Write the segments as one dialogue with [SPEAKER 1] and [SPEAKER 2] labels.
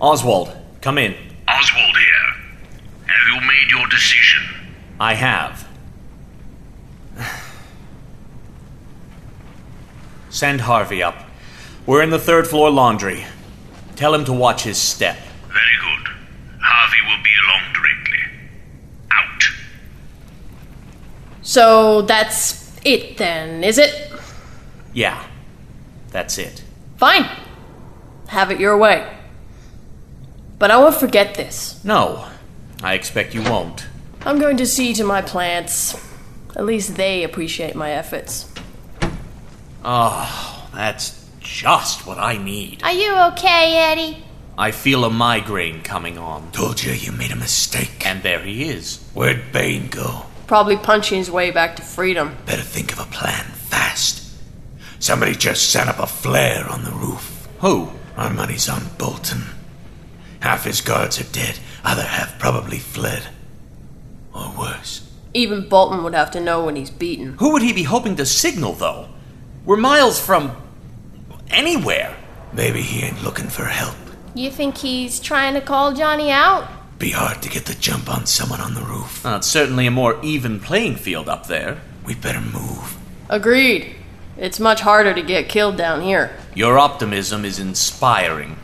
[SPEAKER 1] Oswald, come in.
[SPEAKER 2] Oswald here. Have you made your decision?
[SPEAKER 1] I have. Send Harvey up. We're in the third floor laundry. Tell him to watch his step.
[SPEAKER 2] Very good. Harvey will be along directly. Out.
[SPEAKER 3] So that's it then, is it?
[SPEAKER 1] Yeah, that's it.
[SPEAKER 3] Fine. Have it your way. But I won't forget this.
[SPEAKER 1] No, I expect you won't.
[SPEAKER 3] I'm going to see to my plants. At least they appreciate my efforts.
[SPEAKER 1] Oh, that's just what I need.
[SPEAKER 4] Are you okay, Eddie?
[SPEAKER 1] I feel a migraine coming on.
[SPEAKER 5] Told you you made a mistake.
[SPEAKER 1] And there he is.
[SPEAKER 5] Where'd Bane go?
[SPEAKER 3] Probably punching his way back to freedom.
[SPEAKER 5] Better think of a plan fast. Somebody just set up a flare on the roof.
[SPEAKER 1] Who?
[SPEAKER 5] Our money's on Bolton. Half his guards are dead, other half probably fled. Or worse.
[SPEAKER 3] Even Bolton would have to know when he's beaten.
[SPEAKER 1] Who would he be hoping to signal, though? We're miles from. anywhere.
[SPEAKER 5] Maybe he ain't looking for help.
[SPEAKER 4] You think he's trying to call Johnny out?
[SPEAKER 5] Be hard to get the jump on someone on the roof.
[SPEAKER 1] Uh, it's certainly a more even playing field up there.
[SPEAKER 5] We better move.
[SPEAKER 3] Agreed. It's much harder to get killed down here.
[SPEAKER 1] Your optimism is inspiring.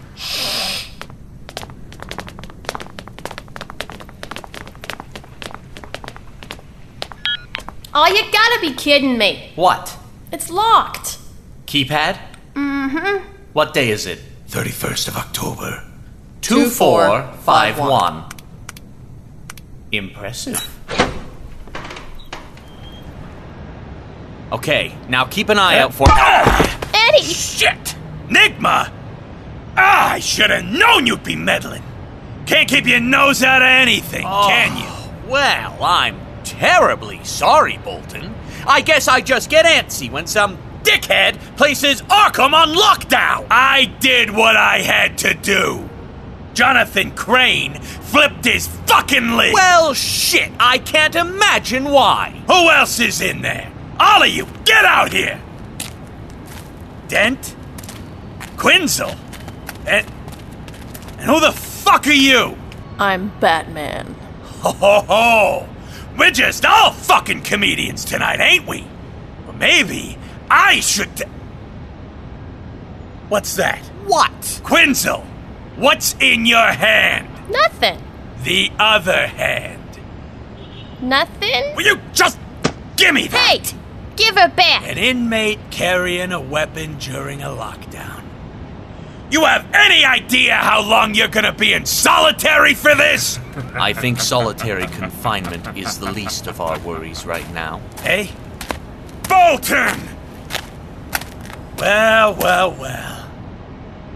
[SPEAKER 4] Oh, you gotta be kidding me.
[SPEAKER 1] What?
[SPEAKER 4] It's locked.
[SPEAKER 1] Keypad?
[SPEAKER 4] Mm hmm.
[SPEAKER 1] What day is it?
[SPEAKER 5] 31st of October.
[SPEAKER 1] 2451. Impressive. Okay, now keep an eye out for.
[SPEAKER 5] Ah,
[SPEAKER 4] Eddie!
[SPEAKER 5] shit! Nigma! Ah, I should have known you'd be meddling. Can't keep your nose out of anything,
[SPEAKER 1] Oh.
[SPEAKER 5] can you?
[SPEAKER 1] Well, I'm terribly sorry, Bolton. I guess I just get antsy when some dickhead places Arkham on lockdown.
[SPEAKER 5] I did what I had to do. Jonathan Crane flipped his fucking lid.
[SPEAKER 1] Well, shit, I can't imagine why.
[SPEAKER 5] Who else is in there? All of you, get out here! Dent? Quinzel? And, and who the fuck are you?
[SPEAKER 3] I'm Batman.
[SPEAKER 5] Ho ho ho! We're just all fucking comedians tonight, ain't we? Well, maybe I should. T- What's that?
[SPEAKER 1] What?
[SPEAKER 5] Quinzel, what's in your hand?
[SPEAKER 4] Nothing.
[SPEAKER 5] The other hand.
[SPEAKER 4] Nothing?
[SPEAKER 5] Will you just give me that?
[SPEAKER 4] Hey! Give her back.
[SPEAKER 5] An inmate carrying a weapon during a lockdown. You have any idea how long you're gonna be in solitary for this?
[SPEAKER 1] I think solitary confinement is the least of our worries right now.
[SPEAKER 5] Hey? Bolton! Well, well, well.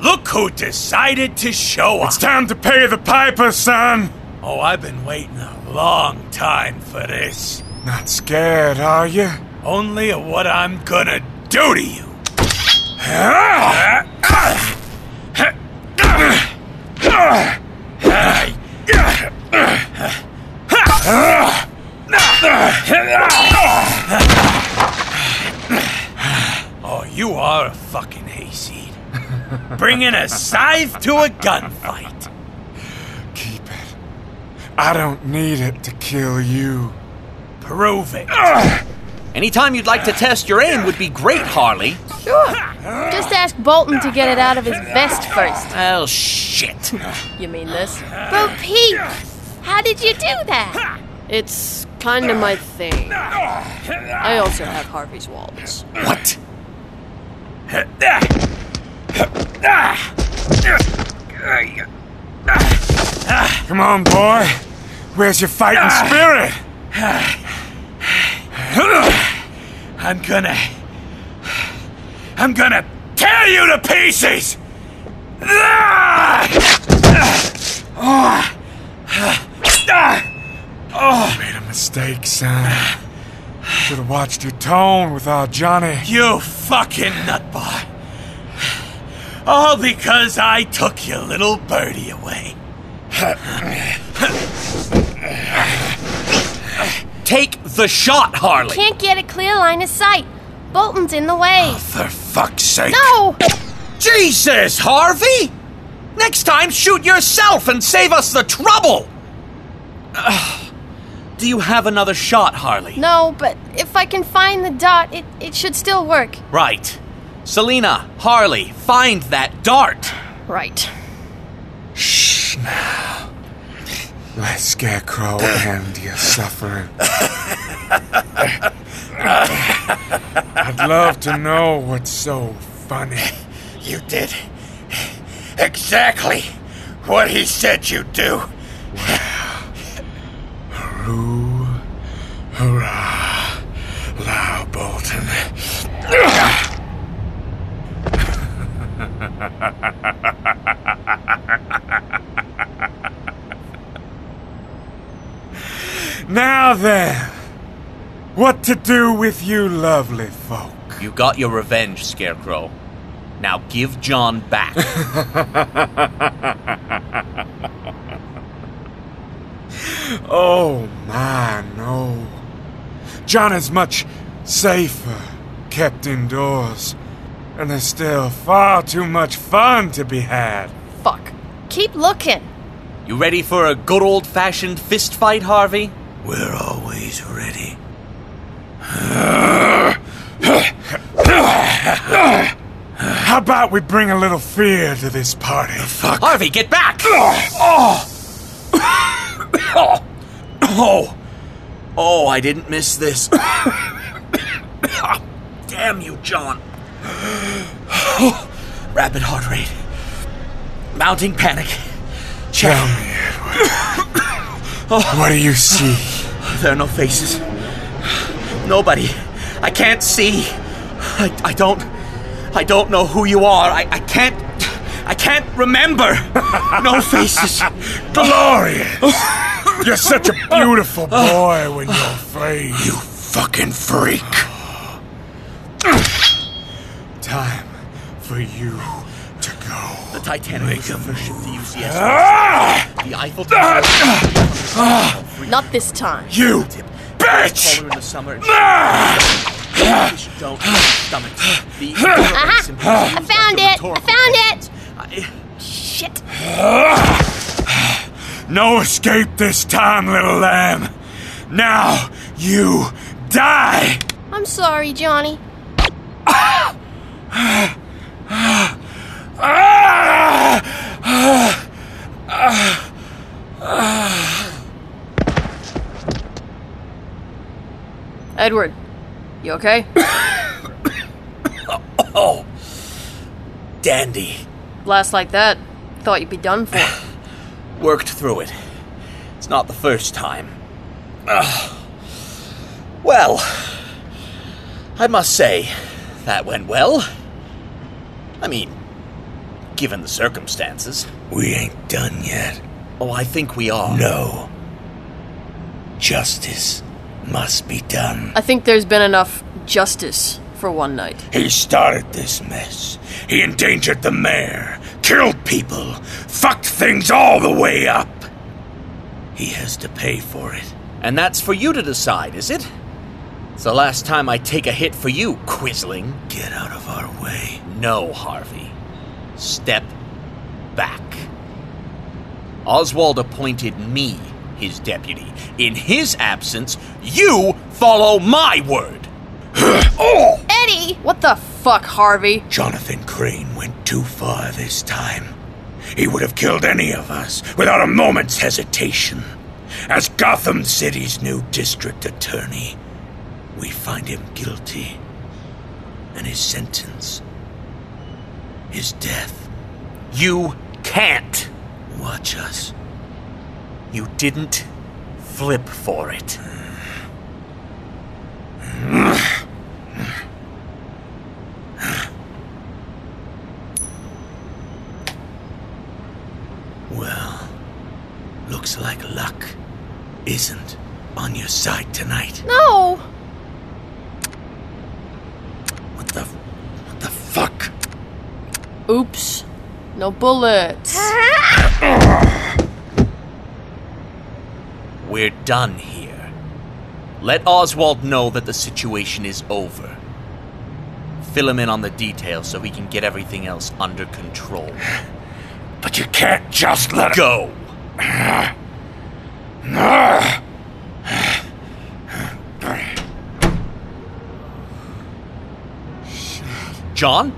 [SPEAKER 5] Look who decided to show up.
[SPEAKER 6] It's time to pay the piper, son.
[SPEAKER 5] Oh, I've been waiting a long time for this.
[SPEAKER 6] Not scared, are you?
[SPEAKER 5] Only of what I'm gonna do to you. Oh, you are a fucking hayseed. Bringing a scythe to a gunfight.
[SPEAKER 6] Keep it. I don't need it to kill you.
[SPEAKER 5] Prove it.
[SPEAKER 1] Anytime you'd like to test your aim would be great, Harley.
[SPEAKER 4] Just ask Bolton to get it out of his vest first.
[SPEAKER 1] Oh, shit.
[SPEAKER 3] You mean this?
[SPEAKER 4] Bro, Pete, how did you do that?
[SPEAKER 3] It's kinda my thing. I also have Harvey's walls.
[SPEAKER 1] What?
[SPEAKER 6] Come on, boy. Where's your fighting spirit?
[SPEAKER 5] I'm gonna. I'm gonna tear you to pieces!
[SPEAKER 6] Made a mistake, son. Should have watched your tone with our Johnny.
[SPEAKER 5] You fucking nutbar. All because I took your little birdie away.
[SPEAKER 1] Take the shot, Harley.
[SPEAKER 4] Can't get a clear line of sight. Bolton's in the way. Oh,
[SPEAKER 5] For fuck's sake.
[SPEAKER 4] No!
[SPEAKER 1] Jesus, Harvey! Next time, shoot yourself and save us the trouble! Ugh. do you have another shot, Harley?
[SPEAKER 4] No, but if I can find the dot, it, it should still work.
[SPEAKER 1] Right. Selina, Harley, find that dart.
[SPEAKER 4] Right.
[SPEAKER 6] Let Scarecrow end your suffering. I'd love to know what's so funny.
[SPEAKER 5] You did exactly what he said you'd do.
[SPEAKER 6] Ooh, hurrah, Lau Bolton. now then, what to do with you lovely folk?
[SPEAKER 1] You got your revenge, Scarecrow. Now give John back.
[SPEAKER 6] Oh my, no. John is much safer kept indoors, and there's still far too much fun to be had.
[SPEAKER 4] Fuck. Keep looking.
[SPEAKER 1] you ready for a good old fashioned fist fight, Harvey?
[SPEAKER 5] We're always ready.
[SPEAKER 6] How about we bring a little fear to this party?
[SPEAKER 1] Harvey, get back!
[SPEAKER 5] Oh! Oh, I didn't miss this. Damn you, John. Rapid heart rate. Mounting panic.
[SPEAKER 6] Tell me, Edward. What do you see?
[SPEAKER 5] There are no faces. Nobody. I can't see. I, I don't. I don't know who you are. I, I can't. I can't remember. No faces.
[SPEAKER 6] Glorious! You're such a beautiful boy when you're free.
[SPEAKER 5] You fucking freak.
[SPEAKER 6] Time for you to go.
[SPEAKER 1] The Titanic was the first ship to use the
[SPEAKER 5] Ah!
[SPEAKER 1] SOS.
[SPEAKER 6] Ah!
[SPEAKER 1] The Eiffel Tower
[SPEAKER 4] Not this time.
[SPEAKER 6] You bitch!
[SPEAKER 1] taller in the summer. and- Fish don't stomach. The ignorance and
[SPEAKER 4] Ah! I found it!
[SPEAKER 1] rhetorical-
[SPEAKER 4] I found it!
[SPEAKER 1] I-
[SPEAKER 4] Shit.
[SPEAKER 6] No escape this time, little lamb. Now you die.
[SPEAKER 4] I'm sorry, Johnny.
[SPEAKER 5] Ah!
[SPEAKER 3] Edward, you okay?
[SPEAKER 1] Oh. Dandy.
[SPEAKER 3] Blast like that. Thought you'd be done for.
[SPEAKER 1] Worked through it. It's not the first time. Ugh. Well, I must say, that went well. I mean, given the circumstances.
[SPEAKER 5] We ain't done yet.
[SPEAKER 1] Oh, I think we are.
[SPEAKER 5] No. Justice must be done.
[SPEAKER 3] I think there's been enough justice for one night.
[SPEAKER 5] He started this mess. He endangered the mayor, killed people, fucked things all the way up. He has to pay for it.
[SPEAKER 1] And that's for you to decide, is it? It's the last time I take a hit for you, Quisling.
[SPEAKER 5] Get out of our way.
[SPEAKER 1] No, Harvey. Step back. Oswald appointed me his deputy. In his absence, you follow my word.
[SPEAKER 4] Eddie!
[SPEAKER 3] What the fuck, Harvey?
[SPEAKER 5] Jonathan Crane went too far this time. He would have killed any of us without a moment's hesitation. As Gotham City's new district attorney, we find him guilty. And his sentence is death.
[SPEAKER 1] You can't.
[SPEAKER 5] Watch us.
[SPEAKER 1] You didn't flip for it.
[SPEAKER 5] Well, looks like luck isn't on your side tonight.
[SPEAKER 4] No!
[SPEAKER 5] What the what the fuck?
[SPEAKER 3] Oops. No bullets.
[SPEAKER 1] We're done here. Let Oswald know that the situation is over. Fill him in on the details so he can get everything else under control.
[SPEAKER 5] But you can't just let it
[SPEAKER 1] Go.
[SPEAKER 5] Ah!
[SPEAKER 1] John?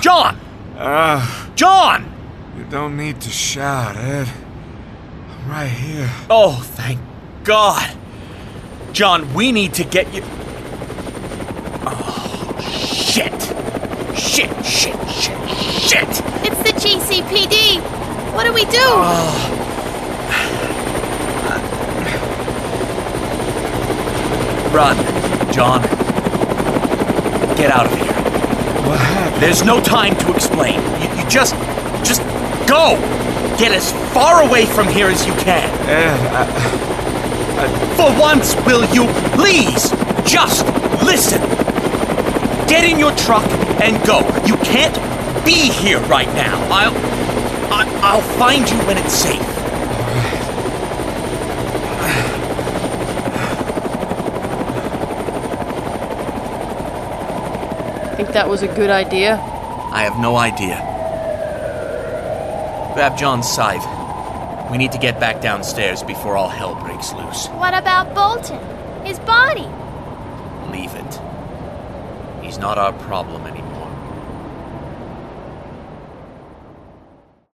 [SPEAKER 1] John!
[SPEAKER 6] Ah,
[SPEAKER 1] John!
[SPEAKER 6] you don't need to shout, Ed. I'm right here.
[SPEAKER 1] Oh, thank God. John, we need to get you. Oh, shit. Shit, shit, shit, shit.
[SPEAKER 4] It's the GCPD. What do we do?
[SPEAKER 1] Run, John. Get out of here.
[SPEAKER 6] What happened?
[SPEAKER 1] There's no time to explain. You, you just. just go! Get as far away from here as you can.
[SPEAKER 6] Ed, I,
[SPEAKER 1] For once, will you please just listen? Get in your truck and go. You can't be here right now. I'll. I, I'll find you when it's safe.
[SPEAKER 3] Think that was a good idea?
[SPEAKER 1] I have no idea. Grab John's scythe. We need to get back downstairs before all hell breaks loose.
[SPEAKER 4] What about Bolton? His body?
[SPEAKER 1] Leave it. He's not our problem anymore.